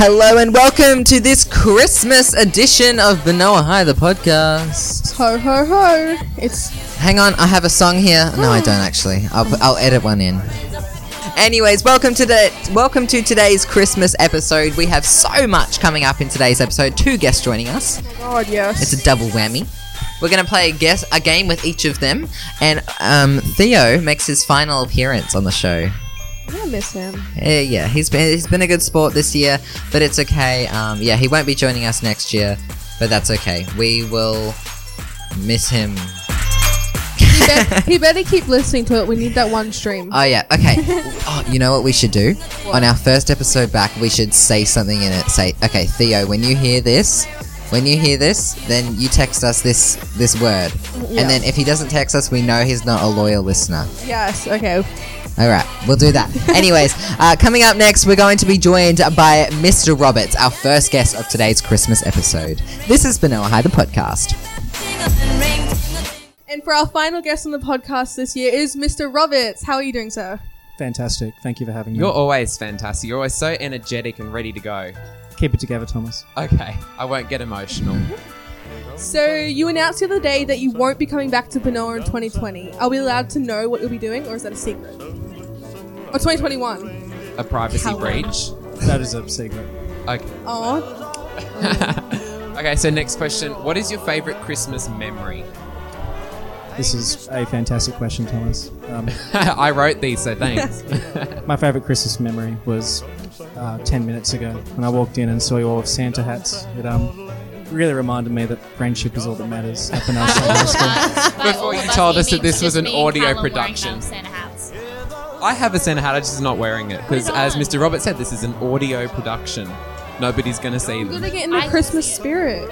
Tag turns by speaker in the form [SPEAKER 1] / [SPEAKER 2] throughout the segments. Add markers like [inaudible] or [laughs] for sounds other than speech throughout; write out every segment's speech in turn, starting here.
[SPEAKER 1] Hello and welcome to this Christmas edition of Benoa High, the podcast.
[SPEAKER 2] Ho ho ho! It's
[SPEAKER 1] Hang on, I have a song here. No, I don't actually. I'll, put, I'll edit one in. Anyways, welcome to the welcome to today's Christmas episode. We have so much coming up in today's episode. Two guests joining us.
[SPEAKER 2] God yes.
[SPEAKER 1] It's a double whammy. We're gonna play a guess a game with each of them, and um, Theo makes his final appearance on the show.
[SPEAKER 2] I miss him.
[SPEAKER 1] Uh, yeah, he's been he's been a good sport this year, but it's okay. Um, yeah, he won't be joining us next year, but that's okay. We will miss him.
[SPEAKER 2] He, bet- he better keep listening to it. We need that one stream.
[SPEAKER 1] Oh yeah, okay. oh, you know what we should do? On our first episode back, we should say something in it. Say, okay, Theo, when you hear this, when you hear this, then you text us this this word,
[SPEAKER 2] Yeah.
[SPEAKER 1] and then if he doesn't text us, we know he's not a loyal listener.
[SPEAKER 2] yes. Okay.
[SPEAKER 1] All right, we'll do
[SPEAKER 3] [laughs]
[SPEAKER 1] that. Anyways, uh, coming up next, we're going to be joined by Mr. Roberts, our first guest of today's Christmas episode. This is Benoa High, the podcast.
[SPEAKER 2] And for our final guest on the podcast this year is Mr. Roberts. How are you doing, sir?
[SPEAKER 4] Fantastic. Thank you for having me.
[SPEAKER 5] You're always fantastic. You're always so energetic and ready to go.
[SPEAKER 4] Keep it together, Thomas.
[SPEAKER 5] Okay, I won't get emotional.
[SPEAKER 2] So you announced the other day that you won't be coming back to Benoa in 2020. Are we allowed to know what you'll be doing, or is that a secret? Oh, Or 2021?
[SPEAKER 5] A privacy
[SPEAKER 2] Coward.
[SPEAKER 5] breach.
[SPEAKER 4] That is a secret.
[SPEAKER 5] Okay.
[SPEAKER 2] Oh,
[SPEAKER 5] okay, so next question. What is your favorite Christmas memory? [laughs]
[SPEAKER 4] This is a fantastic question, Thomas.
[SPEAKER 5] [laughs]
[SPEAKER 4] Um,
[SPEAKER 5] I wrote these,
[SPEAKER 2] [laughs]
[SPEAKER 5] so thanks.
[SPEAKER 4] my favourite Christmas memory was uh, 10 minutes ago when I walked in and saw you all with Santa hats. It um, really reminded me that friendship is all that matters up in our Sunday school.
[SPEAKER 5] [laughs] Before you told us that this was an audio production. I have a Santa hat, I just not wearing it. Because as Mr. Robert said, this is an audio production. Nobody's gonna see
[SPEAKER 2] you're gonna
[SPEAKER 5] them.
[SPEAKER 2] get in the
[SPEAKER 3] I-
[SPEAKER 2] Christmas spirit.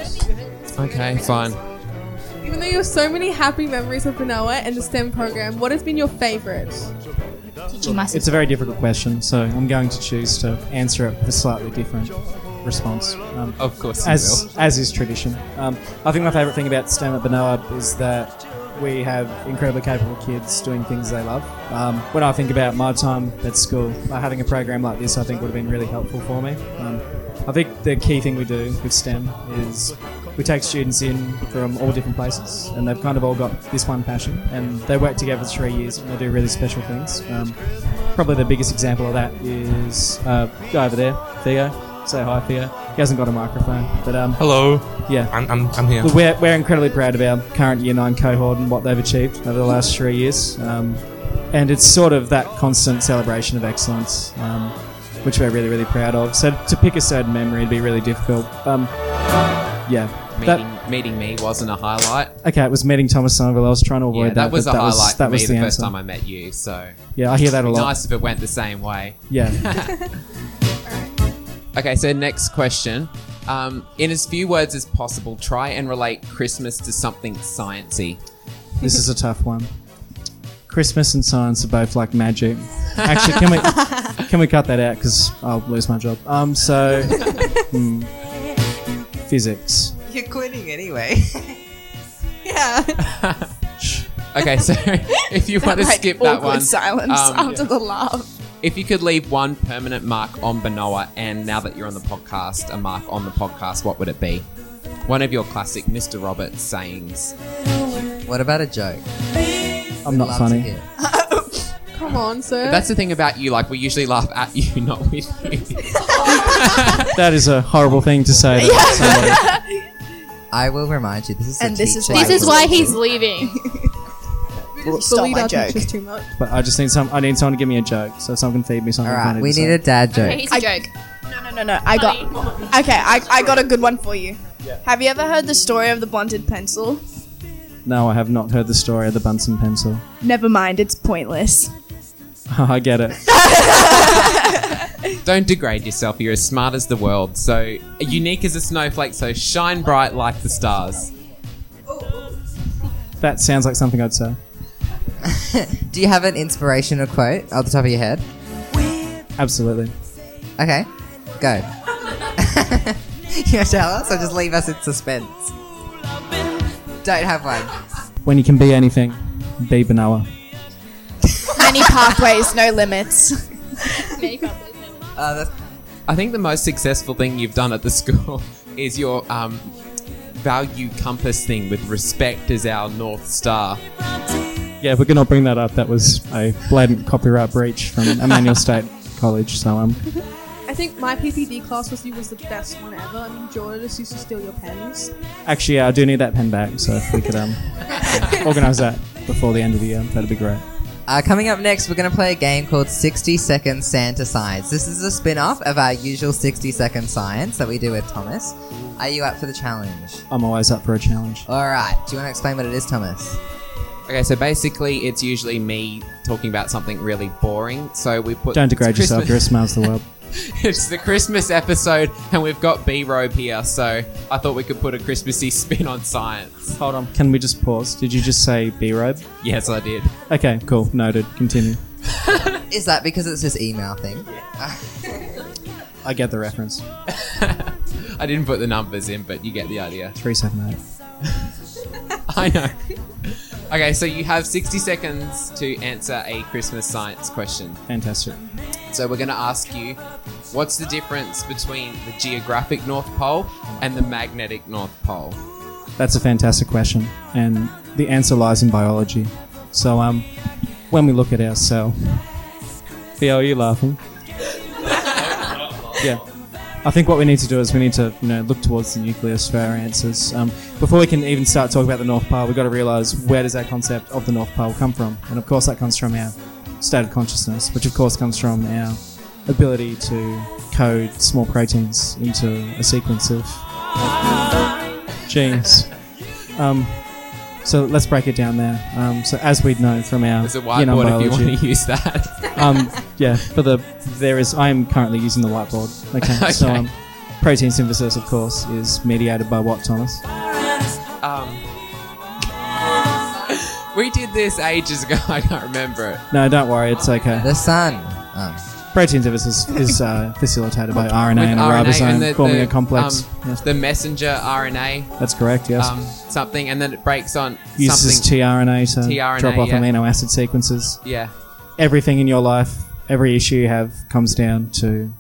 [SPEAKER 5] Okay, fine.
[SPEAKER 2] Even though you have so many happy memories of Benoa and the STEM program, what has been your favourite?
[SPEAKER 3] Teaching my
[SPEAKER 4] It's a very difficult question, so I'm going to choose to answer it with a slightly different response. Um,
[SPEAKER 5] Of course you will.
[SPEAKER 4] as as is tradition. Um, I think my favourite thing about STEM at Benoa is that we have incredibly capable kids doing things they love. Um, when I think about my time at school, uh, having a program like this, I think would have been really helpful for me. Um, I think the key thing we do with STEM is we take students in from all different places, and they've kind of all got this one passion, and they work together for three years, and they do really special things. Um, probably the biggest example of that is uh, guy over there, Theo. Say hi, Theo. He hasn't got a microphone, but um,
[SPEAKER 6] Hello.
[SPEAKER 4] yeah.
[SPEAKER 6] I'm, I'm, I'm here.
[SPEAKER 4] Look, We're, we're incredibly proud of our current Year 9 cohort and what they've achieved over the last three years. Um, and it's sort of that constant celebration of excellence, um, which we're really, really proud of. So to pick a certain memory would be really difficult. Um, yeah.
[SPEAKER 5] Meeting,
[SPEAKER 4] That,
[SPEAKER 5] meeting me wasn't a highlight.
[SPEAKER 4] okay, it was meeting Thomas Somerville. I was trying to avoid
[SPEAKER 5] Yeah, that, was
[SPEAKER 4] but
[SPEAKER 5] a highlight for me the, first
[SPEAKER 4] answer.
[SPEAKER 5] time I met you, so
[SPEAKER 4] Yeah, I hear that a
[SPEAKER 5] it'd be
[SPEAKER 4] lot.
[SPEAKER 5] nice if it went the same way. [laughs]
[SPEAKER 4] Yeah.
[SPEAKER 5] Okay, so next question. Um, in as few words as possible, try and relate Christmas to something sciencey.
[SPEAKER 4] this is a tough one. Christmas and science are both like magic. Actually, can we can we cut that out because I'll lose my job. Um, so hmm, physics.
[SPEAKER 1] You're quitting anyway.
[SPEAKER 2] Yeah. [laughs]
[SPEAKER 5] Okay, so if you want to skip that one, um,
[SPEAKER 2] the laugh.
[SPEAKER 5] if you could leave one permanent mark on Benoa, and now that you're on the podcast, a mark on the podcast, what would it be? One of your classic Mr. Roberts sayings.
[SPEAKER 1] [laughs] What about a joke?
[SPEAKER 4] I'm not
[SPEAKER 1] to
[SPEAKER 4] funny.
[SPEAKER 1] hear.
[SPEAKER 2] Come on, sir.
[SPEAKER 5] That's the thing about you; like we usually laugh at you, [laughs] not with you.
[SPEAKER 4] That is a horrible thing to say. To somebody.
[SPEAKER 1] I will remind you. This is
[SPEAKER 7] And
[SPEAKER 1] a
[SPEAKER 7] this is
[SPEAKER 1] teacher.
[SPEAKER 7] why-
[SPEAKER 3] This is why he's leaving.
[SPEAKER 2] We
[SPEAKER 7] stole
[SPEAKER 2] bullied
[SPEAKER 7] my
[SPEAKER 2] our
[SPEAKER 7] joke.
[SPEAKER 2] teachers too much.
[SPEAKER 4] But I just need some. I need someone to give me a joke, so someone can feed me something
[SPEAKER 1] All right,
[SPEAKER 4] funny.
[SPEAKER 1] we
[SPEAKER 4] to
[SPEAKER 1] need
[SPEAKER 4] say.
[SPEAKER 1] a dad joke.
[SPEAKER 3] He's a joke.
[SPEAKER 7] No, no, no, no. I got. Okay, I, I got a good one for you. Have you ever heard the story of the blunted pencil?
[SPEAKER 4] No, I have not heard the story of the Bunsen pencil. [laughs]
[SPEAKER 7] Never mind, it's pointless.
[SPEAKER 4] I get it.
[SPEAKER 5] Don't degrade yourself. You're as smart as the world. So unique as a snowflake. So shine bright like the stars.
[SPEAKER 4] That sounds like something I'd say.
[SPEAKER 1] Do you have an inspirational quote off the top of your head?
[SPEAKER 4] Absolutely.
[SPEAKER 1] Okay,
[SPEAKER 7] [laughs]
[SPEAKER 1] go. [laughs] you wanna tell us, or just leave us in suspense. Don't have one.
[SPEAKER 4] When you can be anything, be Benoa.
[SPEAKER 6] [laughs]
[SPEAKER 7] Many pathways, no limits.
[SPEAKER 1] Uh, that's,
[SPEAKER 5] I think the most successful thing you've done at the school [laughs] is your um, value compass thing with respect as our north star.
[SPEAKER 4] Yeah, if we could not bring that up, that was a blatant copyright breach from Emmanuel State College. So um,
[SPEAKER 2] I think my PPD class with you was the best one ever. I mean, Jordan just used to steal your pens.
[SPEAKER 4] actually, yeah, I do need that pen back. So if we could um, organise that before the end of the year, that'd be great.
[SPEAKER 1] Uh, coming up next, we're going to play a game called 60 Second Santa Science. This is a spin off of our usual 60 Second Science that we do with Thomas. Are you up for the challenge?
[SPEAKER 4] I'm always up for a challenge.
[SPEAKER 1] All right. Do you want to explain what it is, Thomas?
[SPEAKER 5] Okay, so basically, it's usually me talking about something really boring. So we put
[SPEAKER 4] Don't degrade
[SPEAKER 5] it's
[SPEAKER 4] yourself. You're a smiles
[SPEAKER 5] Christmas-
[SPEAKER 4] the world.
[SPEAKER 5] [laughs] it's the Christmas episode, and we've got B Robe here. So I thought we could put a Christmassy [laughs] spin on science.
[SPEAKER 4] Hold on. Can we just pause? Did you just say B robe?
[SPEAKER 5] Yes, I did.
[SPEAKER 4] Okay, cool. Noted. Continue.
[SPEAKER 1] Is that because it's this email thing?
[SPEAKER 4] I get the reference.
[SPEAKER 5] I didn't put the numbers in, but you get the idea. [laughs]
[SPEAKER 4] Three seven eight.
[SPEAKER 5] I know. [laughs] Okay, so you have 60 seconds to answer a Christmas science question.
[SPEAKER 4] Fantastic.
[SPEAKER 5] So we're going to ask you what's the difference between the geographic North Pole and the magnetic North Pole?
[SPEAKER 4] That's a fantastic question, and the answer lies in biology. So, um, when we look at our cell, Theo, are you laughing? yeah. I think what we need to do is we need to, you know, look towards the nucleus for our answers. Um, before we can even start talking about the North Pole, we've got to realise where does our concept of the North Pole come from, and of course that comes from our state of consciousness, which of course comes from our ability to code small proteins into a sequence of genes. Um, so let's break it down there. Um, so as we'd know from our
[SPEAKER 5] There's a
[SPEAKER 4] you know,
[SPEAKER 5] whiteboard if you
[SPEAKER 4] biology-
[SPEAKER 5] want to [laughs] use that.
[SPEAKER 4] um, yeah, for the there is. I am currently using the whiteboard. Okay,
[SPEAKER 5] [laughs]
[SPEAKER 4] so
[SPEAKER 5] Okay.
[SPEAKER 4] um, protein synthesis, of course, is mediated by what, Thomas?
[SPEAKER 5] Um, we did this ages ago. [laughs] I can't remember it.
[SPEAKER 4] No, don't worry, it's okay.
[SPEAKER 1] The sun. Oh.
[SPEAKER 4] Protein synthesis is uh, facilitated by RNA
[SPEAKER 5] With
[SPEAKER 4] and a
[SPEAKER 5] RNA
[SPEAKER 4] ribosome
[SPEAKER 5] and the,
[SPEAKER 4] forming
[SPEAKER 5] the,
[SPEAKER 4] a complex.
[SPEAKER 5] um,
[SPEAKER 4] yes,
[SPEAKER 5] the messenger RNA,
[SPEAKER 4] that's correct. Yes,
[SPEAKER 5] um, something, and then it breaks on
[SPEAKER 4] uses
[SPEAKER 5] something.
[SPEAKER 4] tRNA to
[SPEAKER 5] tRNA,
[SPEAKER 4] drop off
[SPEAKER 5] yeah.
[SPEAKER 4] amino acid sequences.
[SPEAKER 5] yeah.
[SPEAKER 4] Everything in your life, every issue you have, comes down to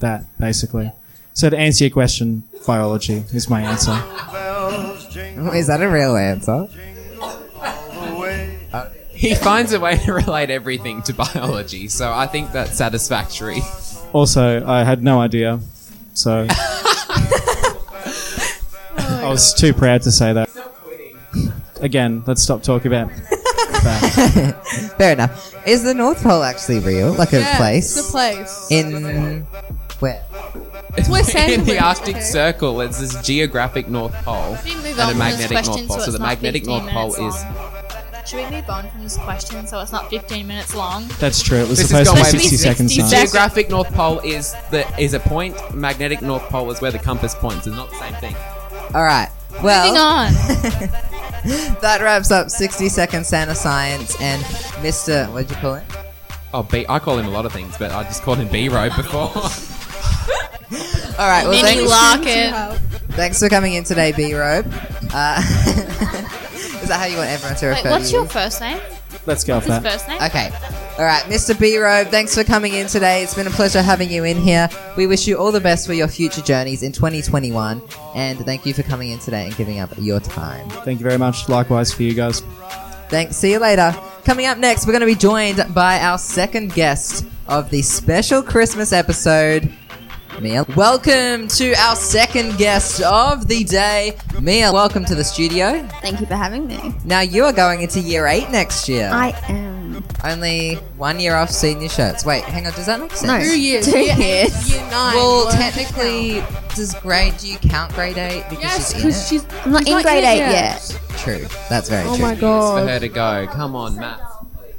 [SPEAKER 4] that basically. So to answer your question, biology is my answer.
[SPEAKER 1] Is that a real answer?
[SPEAKER 5] He finds a way to relate everything to biology, so I think that's satisfactory.
[SPEAKER 4] Also, I had no idea, so I was too proud to say that. Again, let's stop talking about. that.
[SPEAKER 1] Fair enough. Is the North Pole actually real? Like a
[SPEAKER 2] Yeah,
[SPEAKER 1] place?
[SPEAKER 2] It's a place.
[SPEAKER 1] In. Where?
[SPEAKER 2] We're
[SPEAKER 5] [laughs] in the
[SPEAKER 2] sandwiched,
[SPEAKER 5] Arctic
[SPEAKER 2] okay.
[SPEAKER 5] Circle, there's this geographic North Pole
[SPEAKER 3] Should we move
[SPEAKER 5] and
[SPEAKER 3] on
[SPEAKER 5] a
[SPEAKER 3] from this
[SPEAKER 5] magnetic
[SPEAKER 3] question
[SPEAKER 5] North Pole.
[SPEAKER 3] so
[SPEAKER 5] So
[SPEAKER 3] it's
[SPEAKER 5] the
[SPEAKER 3] not
[SPEAKER 5] magnetic
[SPEAKER 3] 15
[SPEAKER 5] North Pole
[SPEAKER 3] minutes
[SPEAKER 5] is
[SPEAKER 3] long? Should we move on from this question so it's not 15 minutes long?
[SPEAKER 4] That's true. It was
[SPEAKER 5] This has
[SPEAKER 4] supposed to be
[SPEAKER 5] gone way
[SPEAKER 4] sixty
[SPEAKER 5] beyond
[SPEAKER 4] seconds.
[SPEAKER 3] 60
[SPEAKER 4] Science.
[SPEAKER 3] seconds.
[SPEAKER 5] geographic North Pole is the is a point. Magnetic North Pole is where the compass points. It's not the same thing.
[SPEAKER 1] All right. Well.
[SPEAKER 3] Moving on.
[SPEAKER 1] That wraps up 60 Second Santa Science and Mr. What'd you call it?
[SPEAKER 5] Oh, B. I call him a lot of things, but I just called him B Road [laughs] before.
[SPEAKER 1] All right, well,
[SPEAKER 3] Mini
[SPEAKER 1] thanks,
[SPEAKER 3] Larkin.
[SPEAKER 1] thanks for coming in today, B Robe. Uh, [laughs] is that how you want everyone to
[SPEAKER 3] Wait,
[SPEAKER 1] refer
[SPEAKER 3] what's
[SPEAKER 1] to you?
[SPEAKER 3] your first name?
[SPEAKER 4] Let's go off
[SPEAKER 3] His
[SPEAKER 4] that.
[SPEAKER 3] first name?
[SPEAKER 1] Okay. All right, Mr. B Robe, thanks for coming in today. It's been a pleasure having you in here. We wish you all the best for your future journeys in 2021, and thank you for coming in today and giving up your time.
[SPEAKER 4] Thank you very much. Likewise for you guys.
[SPEAKER 1] Thanks. See you later. Coming up next, we're going to be joined by our second guest of the special Christmas episode, Mia. Welcome to our second guest of the day, Mia. Welcome to the studio.
[SPEAKER 6] Thank you for having me.
[SPEAKER 1] Now you are going into year eight next year.
[SPEAKER 6] I am.
[SPEAKER 1] Only one year off senior shirts. Wait, hang on. Does that make sense?
[SPEAKER 6] No.
[SPEAKER 2] Two years.
[SPEAKER 6] [laughs] Two
[SPEAKER 2] year eight,
[SPEAKER 6] years.
[SPEAKER 2] Year nine.
[SPEAKER 1] Well,
[SPEAKER 2] What?
[SPEAKER 1] technically, does grade do you count grade eight because
[SPEAKER 2] Yes,
[SPEAKER 1] she's in it?
[SPEAKER 2] because she's.
[SPEAKER 6] I'm not
[SPEAKER 2] she's
[SPEAKER 6] in grade
[SPEAKER 2] it
[SPEAKER 6] eight yet.
[SPEAKER 1] True. That's very
[SPEAKER 2] Oh
[SPEAKER 1] true.
[SPEAKER 2] my
[SPEAKER 5] for
[SPEAKER 2] god.
[SPEAKER 5] her to go. Come on, Matt.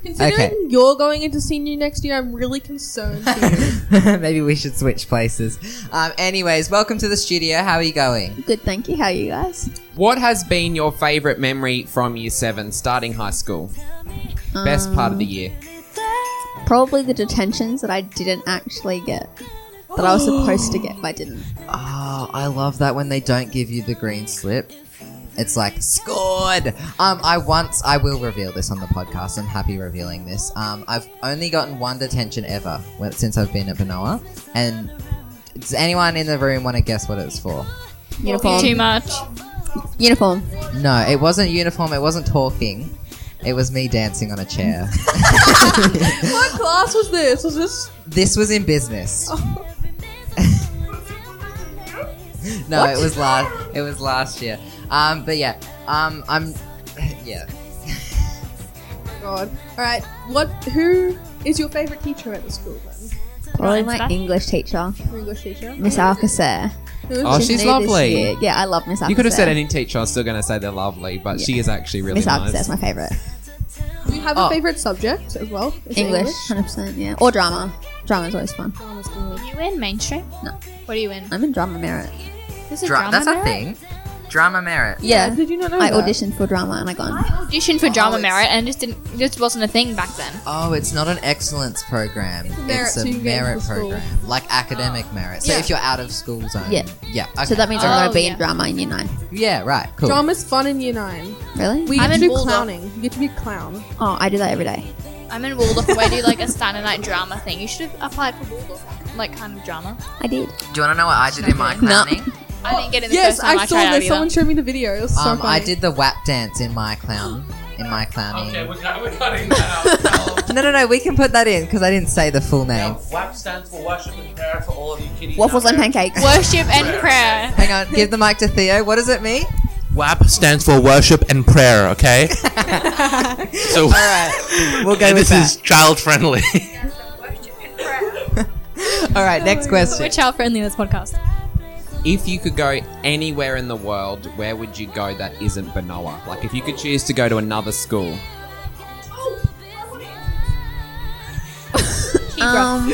[SPEAKER 2] Considering
[SPEAKER 1] Okay.
[SPEAKER 2] you're going into senior next year, I'm really
[SPEAKER 6] [laughs]
[SPEAKER 2] concerned. for you.
[SPEAKER 1] [laughs] Maybe we should switch places. Um, anyways, welcome to the studio. How are you going?
[SPEAKER 6] Good, thank you. How are you guys?
[SPEAKER 5] What has been your favourite memory from Year Seven, starting high school? Best part of the year.
[SPEAKER 6] Um, Probably the detentions that I didn't actually get, that I was supposed to get, but I didn't.
[SPEAKER 1] Oh, I love that when they don't give you the green slip. It's like scored. Um, I once I will reveal this on the podcast. I'm happy revealing this. Um, I've only gotten one detention ever when- since I've been at Benoa, and Does anyone in the room want to guess what it's for?
[SPEAKER 6] Uniform.
[SPEAKER 3] Too much.
[SPEAKER 6] Uniform.
[SPEAKER 1] No, it wasn't uniform. It wasn't talking. It was me dancing on a chair. [laughs]
[SPEAKER 2] What class was this? Was this?
[SPEAKER 1] this was in business. [laughs] no, it was last. It was last year. Um, but yeah, um, I'm. Yeah,
[SPEAKER 2] God. All right. What? Who is your favorite teacher at the school? Then?
[SPEAKER 6] Probably
[SPEAKER 3] Right,
[SPEAKER 6] my
[SPEAKER 3] back.
[SPEAKER 6] English teacher,
[SPEAKER 2] Your English teacher.
[SPEAKER 6] Miss Alcacer.
[SPEAKER 2] Who is
[SPEAKER 5] Oh,
[SPEAKER 2] she?
[SPEAKER 5] she's
[SPEAKER 6] new this
[SPEAKER 5] lovely.
[SPEAKER 6] year. Yeah, I love Miss Alcacer.
[SPEAKER 5] You could have said any teacher. I'm still going to say they're lovely, but she is actually really
[SPEAKER 6] Miss
[SPEAKER 5] nice.
[SPEAKER 6] Alcacer's my favourite.
[SPEAKER 2] Do you have a
[SPEAKER 1] Oh.
[SPEAKER 2] favorite subject as well? Is it
[SPEAKER 6] English, 100%, yeah. Or drama. Drama's always fun.
[SPEAKER 3] Are you in mainstream?
[SPEAKER 6] No.
[SPEAKER 3] What are you in?
[SPEAKER 6] I'm in drama merit.
[SPEAKER 3] There's a
[SPEAKER 1] Dra-
[SPEAKER 3] drama
[SPEAKER 1] that's
[SPEAKER 3] merit?
[SPEAKER 1] a thing. Drama merit.
[SPEAKER 6] Yeah.
[SPEAKER 2] Did you not know
[SPEAKER 6] I
[SPEAKER 2] that?
[SPEAKER 6] auditioned for drama and I got
[SPEAKER 3] I
[SPEAKER 6] on.
[SPEAKER 3] auditioned for drama
[SPEAKER 1] it's-
[SPEAKER 3] merit and it just didn't. It just wasn't a thing back then.
[SPEAKER 1] Oh, it's not an excellence program. It's a merit,
[SPEAKER 2] merit, so you can get into the school.
[SPEAKER 1] program, like academic merit. So
[SPEAKER 2] Yeah.
[SPEAKER 1] if you're out of school zone,
[SPEAKER 6] Yeah.
[SPEAKER 1] yeah. Okay.
[SPEAKER 6] So that means I'm
[SPEAKER 3] Oh,
[SPEAKER 6] going to be
[SPEAKER 3] yeah.
[SPEAKER 6] in drama in year 9.
[SPEAKER 1] yeah, right, cool.
[SPEAKER 2] Drama's fun in year nine.
[SPEAKER 6] Really?
[SPEAKER 2] We
[SPEAKER 3] I'm
[SPEAKER 2] get to
[SPEAKER 3] in
[SPEAKER 2] do
[SPEAKER 3] Waldorf.
[SPEAKER 2] clowning. You get to be a clown.
[SPEAKER 6] oh, I do that every day.
[SPEAKER 3] I'm in Waldorf where I do like a standard night drama thing. You should have applied for Waldorf, like kind of drama.
[SPEAKER 6] I did.
[SPEAKER 1] Do you want to know what I did in my
[SPEAKER 6] No.
[SPEAKER 1] clowning?
[SPEAKER 3] I didn't get in the first
[SPEAKER 2] yes,
[SPEAKER 3] time I,
[SPEAKER 2] I saw
[SPEAKER 3] tried out
[SPEAKER 2] this. Someone
[SPEAKER 3] either.
[SPEAKER 2] showed me the video. It was so
[SPEAKER 1] um,
[SPEAKER 2] funny.
[SPEAKER 1] I did the WAP dance in my clown. In my clowning.
[SPEAKER 8] Okay, we're, cut- we're cutting that
[SPEAKER 1] [laughs]
[SPEAKER 8] out. Um,
[SPEAKER 1] No, no, no. We can put that in because I didn't say the full name.
[SPEAKER 8] now, WAP stands for Worship and Prayer for all of you kiddies.
[SPEAKER 6] Waffles
[SPEAKER 8] out
[SPEAKER 6] and
[SPEAKER 8] there.
[SPEAKER 6] pancakes.
[SPEAKER 3] Worship and prayer.
[SPEAKER 1] Hang on. Give the mic to Theo. What does it mean?
[SPEAKER 8] WAP stands for Worship and Prayer,
[SPEAKER 1] [laughs]
[SPEAKER 8] okay? so,
[SPEAKER 1] All right. We'll go
[SPEAKER 8] and
[SPEAKER 1] with
[SPEAKER 8] this is
[SPEAKER 1] that.
[SPEAKER 8] child friendly.
[SPEAKER 1] All right. Next
[SPEAKER 3] We're
[SPEAKER 1] question.
[SPEAKER 3] child friendly in this podcast.
[SPEAKER 5] If you could go anywhere in the world, where would you go that isn't Benoa? Like, if you could choose to go to another school,
[SPEAKER 6] Um,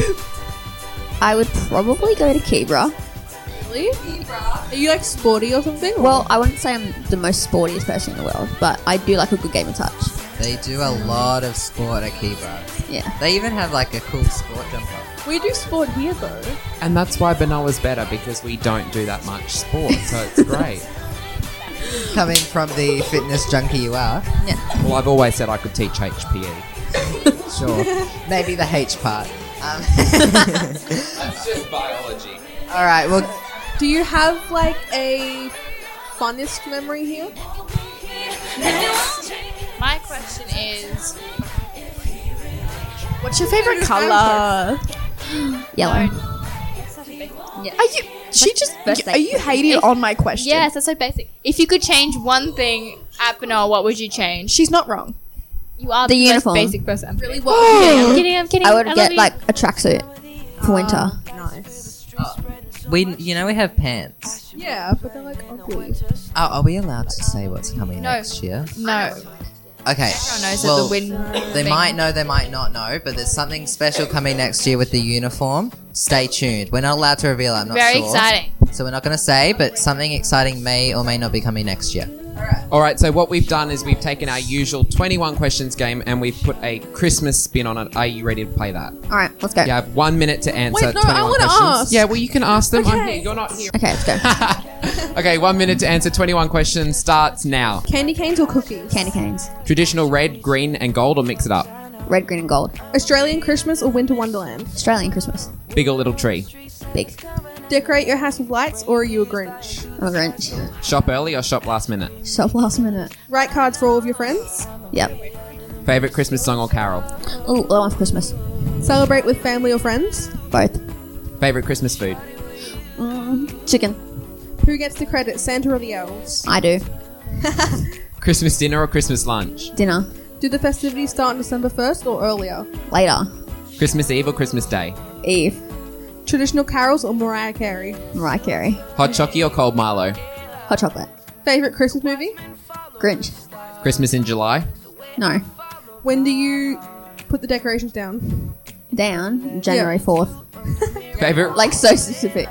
[SPEAKER 6] I would probably go to Kibra.
[SPEAKER 2] Really? Are you like sporty or something? or-
[SPEAKER 6] Well, I wouldn't say I'm the most sportiest person in the world, but I do like a good game of touch.
[SPEAKER 1] They do a lot of sport at Kibra.
[SPEAKER 6] Yeah.
[SPEAKER 1] They even have like a cool sport jumper.
[SPEAKER 2] we do sport here though.
[SPEAKER 5] and that's why Benoa's better because we don't do that much sport, so
[SPEAKER 2] [laughs]
[SPEAKER 5] it's great.
[SPEAKER 1] Coming from the fitness junkie you are.
[SPEAKER 5] well, I've always said I could teach E. HPE.
[SPEAKER 2] [laughs]
[SPEAKER 1] Sure. Maybe the H part. Um,
[SPEAKER 5] That's just biology.
[SPEAKER 1] all right. Well,
[SPEAKER 2] Do you have like a funnest memory here?
[SPEAKER 3] My question is,
[SPEAKER 7] What's your favorite color?
[SPEAKER 2] color?
[SPEAKER 6] Yellow.
[SPEAKER 7] Are you? She just.
[SPEAKER 6] First
[SPEAKER 7] Are you hating on my question?
[SPEAKER 3] yes, that's so basic. If you could change one thing at Benoa, what would you change?
[SPEAKER 7] She's not wrong.
[SPEAKER 3] You are
[SPEAKER 6] The
[SPEAKER 3] the,
[SPEAKER 6] uniform.
[SPEAKER 3] most basic person. Really?
[SPEAKER 2] What would you
[SPEAKER 3] I'm kidding. I'm kidding.
[SPEAKER 6] I would
[SPEAKER 3] love
[SPEAKER 6] get
[SPEAKER 3] you.
[SPEAKER 6] like a tracksuit for winter.
[SPEAKER 2] get? Nice.
[SPEAKER 1] we you know we have pants.
[SPEAKER 2] Yeah, but they're like ugly.
[SPEAKER 1] Oh, are we allowed to say what's coming
[SPEAKER 3] No.
[SPEAKER 1] next year?
[SPEAKER 3] no.
[SPEAKER 1] Okay.
[SPEAKER 3] Everyone knows that
[SPEAKER 1] well,
[SPEAKER 3] the wind.
[SPEAKER 1] They
[SPEAKER 3] thing-
[SPEAKER 1] might know, they might not know, but there's something special coming next year with the uniform. Stay tuned. We're not allowed to reveal. I'm not
[SPEAKER 3] Very
[SPEAKER 1] sure.
[SPEAKER 3] exciting.
[SPEAKER 1] So we're not going to say, but something exciting may or may not be coming next year.
[SPEAKER 5] All right, so what we've done is we've taken our usual 21 questions game and we've put a Christmas spin on it. Are you ready to play that?
[SPEAKER 6] All right, let's go.
[SPEAKER 5] You have one minute to answer
[SPEAKER 2] Wait, no, I
[SPEAKER 5] 21
[SPEAKER 2] wanna
[SPEAKER 5] questions.
[SPEAKER 2] ask.
[SPEAKER 5] Yeah, well, you can ask them. I'm
[SPEAKER 2] Okay.
[SPEAKER 5] here. You're not here. [laughs]
[SPEAKER 6] Okay, let's go.
[SPEAKER 5] okay, one minute to answer 21 questions starts now.
[SPEAKER 2] Candy canes or cookies?
[SPEAKER 6] Candy canes,
[SPEAKER 5] Traditional red, green, and gold, or mix it up.
[SPEAKER 6] red, green, and gold.
[SPEAKER 2] Australian Christmas or Winter Wonderland?
[SPEAKER 6] Australian Christmas,
[SPEAKER 5] Big or little tree.
[SPEAKER 6] big.
[SPEAKER 2] Decorate your house with lights or are you a Grinch?
[SPEAKER 6] I'm a Grinch.
[SPEAKER 5] Shop early or shop last minute.
[SPEAKER 6] Shop last minute.
[SPEAKER 2] Write cards for all of your friends.
[SPEAKER 6] Yep.
[SPEAKER 5] Favorite Christmas song or carol.
[SPEAKER 6] Oh, what I want for Christmas?
[SPEAKER 2] Celebrate with family or friends.
[SPEAKER 6] Both.
[SPEAKER 5] Favorite Christmas food.
[SPEAKER 6] Mm, chicken.
[SPEAKER 2] Who gets the credit, Santa or the elves?
[SPEAKER 6] I do.
[SPEAKER 5] Christmas dinner or Christmas lunch.
[SPEAKER 6] Dinner
[SPEAKER 2] Do the festivities start on December 1st or earlier?
[SPEAKER 6] later.
[SPEAKER 5] Christmas Eve or Christmas Day.
[SPEAKER 6] Eve.
[SPEAKER 2] Traditional carols or Mariah Carey?
[SPEAKER 6] Mariah Carey.
[SPEAKER 5] Hot chockey or cold Milo.
[SPEAKER 6] Hot chocolate.
[SPEAKER 2] Favorite Christmas movie?
[SPEAKER 6] Grinch.
[SPEAKER 5] Christmas in July.
[SPEAKER 6] No.
[SPEAKER 2] When do you put the decorations down?
[SPEAKER 6] Down. January fourth.
[SPEAKER 1] [laughs]
[SPEAKER 5] Favorite
[SPEAKER 6] Like so specific.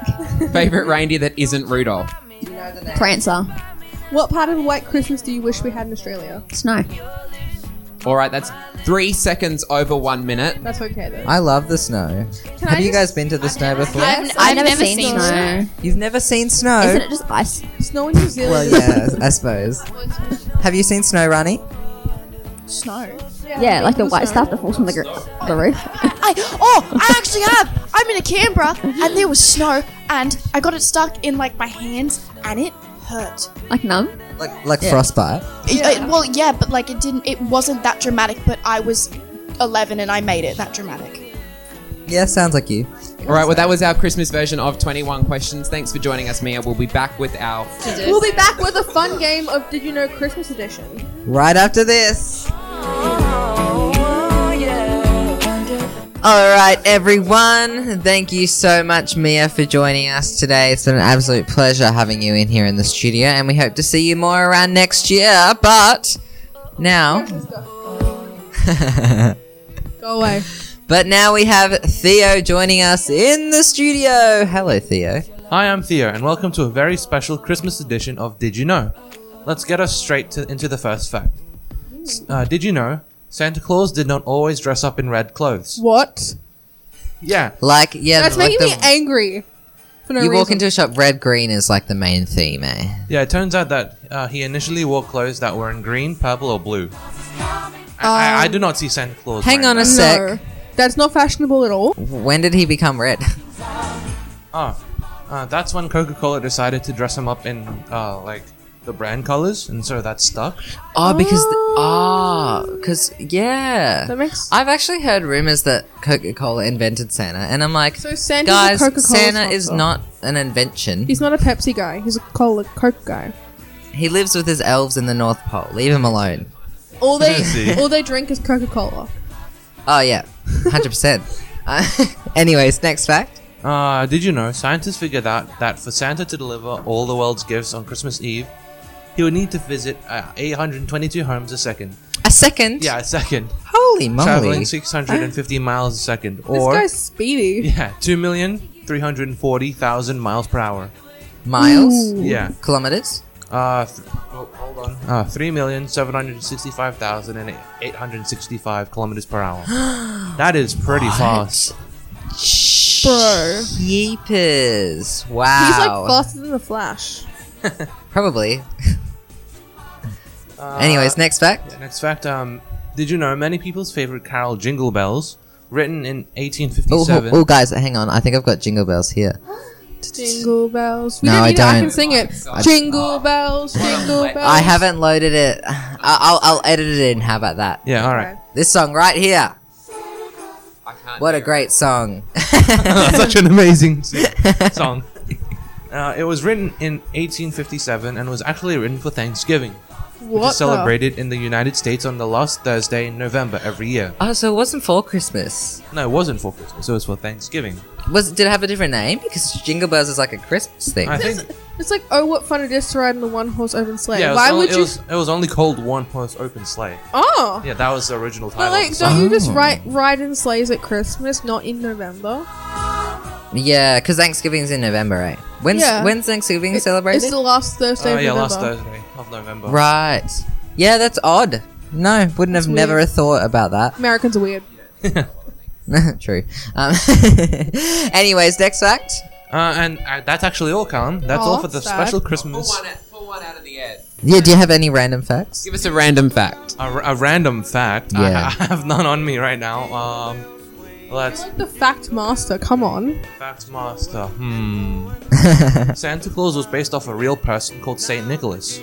[SPEAKER 5] favorite reindeer that isn't Rudolph.
[SPEAKER 6] Prancer.
[SPEAKER 2] What part of White Christmas do you wish we had in Australia?
[SPEAKER 6] Snow.
[SPEAKER 5] All right, that's three seconds over one minute.
[SPEAKER 2] That's okay though.
[SPEAKER 1] I love the snow.
[SPEAKER 2] Can
[SPEAKER 1] have
[SPEAKER 2] I
[SPEAKER 1] you guys
[SPEAKER 2] just-
[SPEAKER 1] been to the snow before?
[SPEAKER 3] I've, I've, never, seen, snow.
[SPEAKER 1] You've never seen snow.
[SPEAKER 6] Isn't it just ice?
[SPEAKER 2] Snow in New Zealand.
[SPEAKER 1] Well, yeah, I suppose. Have you seen snow, Ronnie?
[SPEAKER 7] Snow.
[SPEAKER 6] Yeah, like the
[SPEAKER 2] the
[SPEAKER 6] white
[SPEAKER 2] snow.
[SPEAKER 6] stuff that
[SPEAKER 3] [laughs]
[SPEAKER 6] falls from the, gr- the roof.
[SPEAKER 7] I oh, I actually have. I'm in a Canberra and there was snow and I got it stuck in like my hands, and it hurt.
[SPEAKER 6] Like numb.
[SPEAKER 1] Like like frostbite.
[SPEAKER 7] Yeah. well, yeah, but like it didn't. It wasn't that dramatic. But I was 11, and I made it that dramatic.
[SPEAKER 1] Yeah, sounds like you.
[SPEAKER 5] All right, well, that was our Christmas version of 21 Questions. Thanks for joining us, Mia. We'll be back with our.
[SPEAKER 2] We'll be back with a fun game of Did You Know Christmas Edition.
[SPEAKER 1] Right after this. All right, everyone. Thank you so much, Mia, for joining us today. It's been an absolute pleasure having you in here in the studio, and we hope to see you more around next year. But now. [laughs]
[SPEAKER 2] Go away.
[SPEAKER 1] But now we have Theo joining us in the studio. Hello, Theo.
[SPEAKER 9] [laughs] Hi, I'm Theo, and welcome to a very special Christmas edition of Did You Know? Let's get us straight to, into the first fact. S- Uh, did you know Santa Claus did not always dress up in red clothes?
[SPEAKER 2] What?
[SPEAKER 9] Yeah,
[SPEAKER 1] Like, yeah,
[SPEAKER 2] That's
[SPEAKER 1] like
[SPEAKER 2] making
[SPEAKER 1] the-
[SPEAKER 2] me angry. For no
[SPEAKER 1] You walk
[SPEAKER 2] reason.
[SPEAKER 1] into a shop, red green is like the main theme, eh?
[SPEAKER 9] yeah. It turns out that uh, he initially wore clothes that were in green, purple, or blue. I, I, I do not see Santa Claus.
[SPEAKER 1] Um, Hang
[SPEAKER 9] wearing
[SPEAKER 1] on a
[SPEAKER 9] that.
[SPEAKER 1] sec.
[SPEAKER 2] No, that's not fashionable at all.
[SPEAKER 1] When did he become red? [laughs]
[SPEAKER 9] Oh, uh, that's when Coca-Cola decided to dress him up in uh, like the brand colors, and so that stuck.
[SPEAKER 1] Oh, because the, ah, because yeah,
[SPEAKER 2] Oh. That makes-
[SPEAKER 1] I've actually heard rumors that Coca Cola invented Santa, and I'm like,
[SPEAKER 2] So Santa's a
[SPEAKER 1] guys,
[SPEAKER 2] Coca-Cola
[SPEAKER 1] Santa is
[SPEAKER 2] sponsor."
[SPEAKER 1] not an invention.
[SPEAKER 2] He's not a Pepsi guy. He's a Cola Coke guy.
[SPEAKER 1] He lives with his elves in the North Pole. Leave him alone.
[SPEAKER 2] All they
[SPEAKER 9] See?
[SPEAKER 2] all they drink is Coca Cola.
[SPEAKER 1] Oh
[SPEAKER 2] [laughs]
[SPEAKER 1] yeah, hundred percent. [laughs] Anyways, next fact.
[SPEAKER 9] Uh, did you know scientists figured out that for Santa to deliver all the world's gifts on Christmas Eve, he would need to visit uh, 822 homes a second.
[SPEAKER 1] A second.
[SPEAKER 9] Yeah, a second.
[SPEAKER 1] Holy moly.
[SPEAKER 9] Traveling 650 miles a second,
[SPEAKER 2] This
[SPEAKER 9] or
[SPEAKER 2] guy's speedy.
[SPEAKER 9] yeah, 2,340,000 miles per hour.
[SPEAKER 1] Miles.
[SPEAKER 9] Yeah.
[SPEAKER 1] Kilometers.
[SPEAKER 9] Uh, th- oh, hold on. Uh, 3,765,865 kilometers per [gasps] hour. that is pretty fast.
[SPEAKER 2] Bro.
[SPEAKER 1] Jeepers. Wow.
[SPEAKER 2] He's like faster than the Flash.
[SPEAKER 1] Probably.
[SPEAKER 9] Uh,
[SPEAKER 1] Anyways, next fact.
[SPEAKER 9] Next fact, um, did you know many people's favorite carol, Jingle Bells, written in
[SPEAKER 1] Oh,
[SPEAKER 9] 1857?
[SPEAKER 1] oh, guys, hang on. I think I've got jingle bells here.
[SPEAKER 2] Jingle bells. We
[SPEAKER 1] No,
[SPEAKER 2] don't
[SPEAKER 1] I
[SPEAKER 2] need It. I can
[SPEAKER 1] don't.
[SPEAKER 2] sing it. Jingle bells, jingle bells.
[SPEAKER 1] I haven't loaded it. I- I'll, I'll edit it in. How about that?
[SPEAKER 9] Yeah, all right.
[SPEAKER 1] This song right here.
[SPEAKER 5] I can't
[SPEAKER 1] What a
[SPEAKER 5] hear
[SPEAKER 1] great
[SPEAKER 9] [laughs]
[SPEAKER 1] song.
[SPEAKER 9] Such
[SPEAKER 1] [laughs]
[SPEAKER 9] an amazing s- song. Uh, it was written in 1857 and was actually written for Thanksgiving,
[SPEAKER 2] What
[SPEAKER 9] which is
[SPEAKER 2] the-
[SPEAKER 9] celebrated in the United States on the last Thursday in November every year.
[SPEAKER 1] oh, so it wasn't for Christmas.
[SPEAKER 9] No, it wasn't for Christmas. It was for Thanksgiving.
[SPEAKER 1] Was did it have a different name? Because Jingle Bells is like a Christmas thing.
[SPEAKER 9] I think.
[SPEAKER 2] It's like, oh, what fun it is to ride in the one horse open sleigh.
[SPEAKER 9] Yeah, it was,
[SPEAKER 2] Why
[SPEAKER 9] only,
[SPEAKER 2] would
[SPEAKER 9] it
[SPEAKER 2] you?
[SPEAKER 9] was- it was only called One Horse Open Sleigh.
[SPEAKER 2] oh,
[SPEAKER 9] Yeah, that was the original title.
[SPEAKER 2] but
[SPEAKER 9] of
[SPEAKER 2] like,
[SPEAKER 9] the song.
[SPEAKER 2] don't you just
[SPEAKER 1] Oh.
[SPEAKER 2] ride ride in sleighs at Christmas, not in November?
[SPEAKER 1] yeah, because Thanksgiving's in November, right? When's
[SPEAKER 2] Yeah.
[SPEAKER 1] when's Thanksgiving
[SPEAKER 2] It-
[SPEAKER 1] celebrated?
[SPEAKER 2] It's the last Thursday
[SPEAKER 9] Uh,
[SPEAKER 2] of
[SPEAKER 9] yeah,
[SPEAKER 2] November.
[SPEAKER 9] last Thursday of November.
[SPEAKER 1] right. Yeah, that's odd. No, wouldn't have never
[SPEAKER 2] weird.
[SPEAKER 1] thought about that.
[SPEAKER 2] Americans are weird.
[SPEAKER 1] [laughs] True. Um, anyways, next fact.
[SPEAKER 9] Uh, and uh, that's actually all, Callum. That's
[SPEAKER 2] Aw,
[SPEAKER 9] all for the
[SPEAKER 2] Oh, sad.
[SPEAKER 9] special
[SPEAKER 5] Pull
[SPEAKER 9] Christmas.
[SPEAKER 5] one, out- pull one out of the air.
[SPEAKER 1] Yeah, do you have any random facts?
[SPEAKER 5] Give us a random fact.
[SPEAKER 9] A, r- a random fact. I,
[SPEAKER 1] Yeah.
[SPEAKER 9] I [laughs] have none on me right now. Um, let's
[SPEAKER 2] Like the fact master. Come on.
[SPEAKER 9] fact master.
[SPEAKER 2] [laughs]
[SPEAKER 9] Hmm. Santa Claus was based off a real person called Saint Nicholas.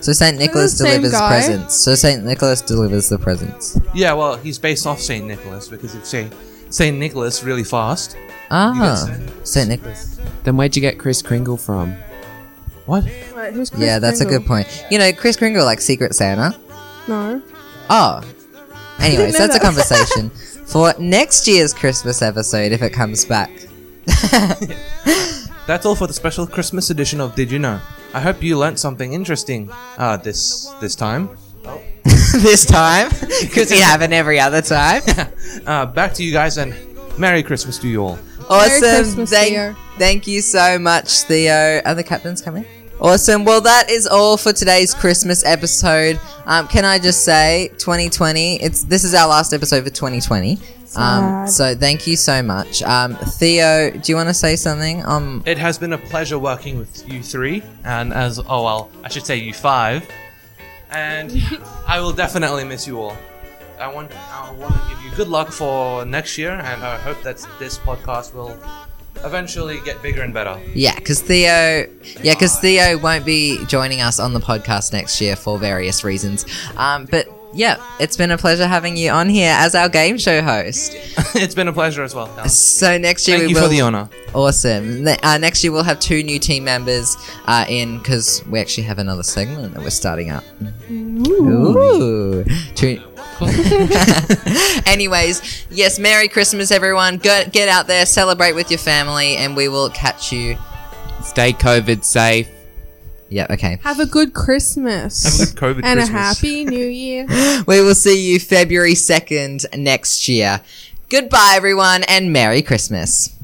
[SPEAKER 1] So Saint Nicholas
[SPEAKER 2] the same
[SPEAKER 1] delivers
[SPEAKER 2] guy?
[SPEAKER 1] presents. So Saint Nicholas delivers the presents.
[SPEAKER 9] Yeah, well, he's based off Saint Nicholas because if Saint Saint Nicholas really fast.
[SPEAKER 1] Ah,
[SPEAKER 9] You
[SPEAKER 1] Saint Nicholas.
[SPEAKER 5] Then where'd you get Chris Kringle from?
[SPEAKER 9] What?
[SPEAKER 2] Wait, who's Chris
[SPEAKER 1] Yeah, that's a good
[SPEAKER 2] Kringle?
[SPEAKER 1] point. You know, Chris Kringle like Secret Santa.
[SPEAKER 2] No.
[SPEAKER 1] Oh. Anyways,
[SPEAKER 2] know
[SPEAKER 1] that's a
[SPEAKER 2] that. [laughs]
[SPEAKER 1] conversation for next year's Christmas episode if it comes back. [laughs]
[SPEAKER 9] That's all for the special Christmas edition of Did You Know? I hope you learnt something interesting uh, this this time.
[SPEAKER 1] this time, because we have it every other time.
[SPEAKER 2] [laughs]
[SPEAKER 9] Uh, back to you guys and Merry Christmas to you all.
[SPEAKER 1] Awesome.
[SPEAKER 2] Christmas,
[SPEAKER 1] thank,
[SPEAKER 2] Theo.
[SPEAKER 1] thank you so much, Theo. Are the captains coming? Awesome. Well, that is all for today's Christmas episode. Um, can I just say, 2020? It's this is our last episode for 2020. Um,
[SPEAKER 2] Sad.
[SPEAKER 1] so thank you so much, um, Theo. Do you want to say something? Um,
[SPEAKER 9] It has been a pleasure working with you three, and as oh well, I should say you five. And I will definitely miss you all. I want I want to give you good luck for next year, and I hope that this podcast will eventually get bigger and better.
[SPEAKER 1] Yeah, because Theo, yeah, 'cause Theo won't be joining us on the podcast next year for various reasons. Um, but yeah, it's been a pleasure having you on here as our game show host.
[SPEAKER 9] it's been a pleasure as well. Alan.
[SPEAKER 1] So next year
[SPEAKER 9] Thank
[SPEAKER 1] we
[SPEAKER 9] you
[SPEAKER 1] will
[SPEAKER 9] for the honor.
[SPEAKER 1] awesome. Ne- Uh, next year we'll have two new team members uh, in because we actually have another segment that we're starting up. Ooh, two. Anyways, yes, Merry Christmas, everyone. Go, get out there, celebrate with your family, and we will catch you.
[SPEAKER 5] Stay COVID safe.
[SPEAKER 1] Yeah, okay.
[SPEAKER 2] Have a good Christmas.
[SPEAKER 9] Have a good COVID
[SPEAKER 2] and
[SPEAKER 9] Christmas.
[SPEAKER 2] a happy new year.
[SPEAKER 1] We will see you February 2nd next year. Goodbye, everyone, and Merry Christmas.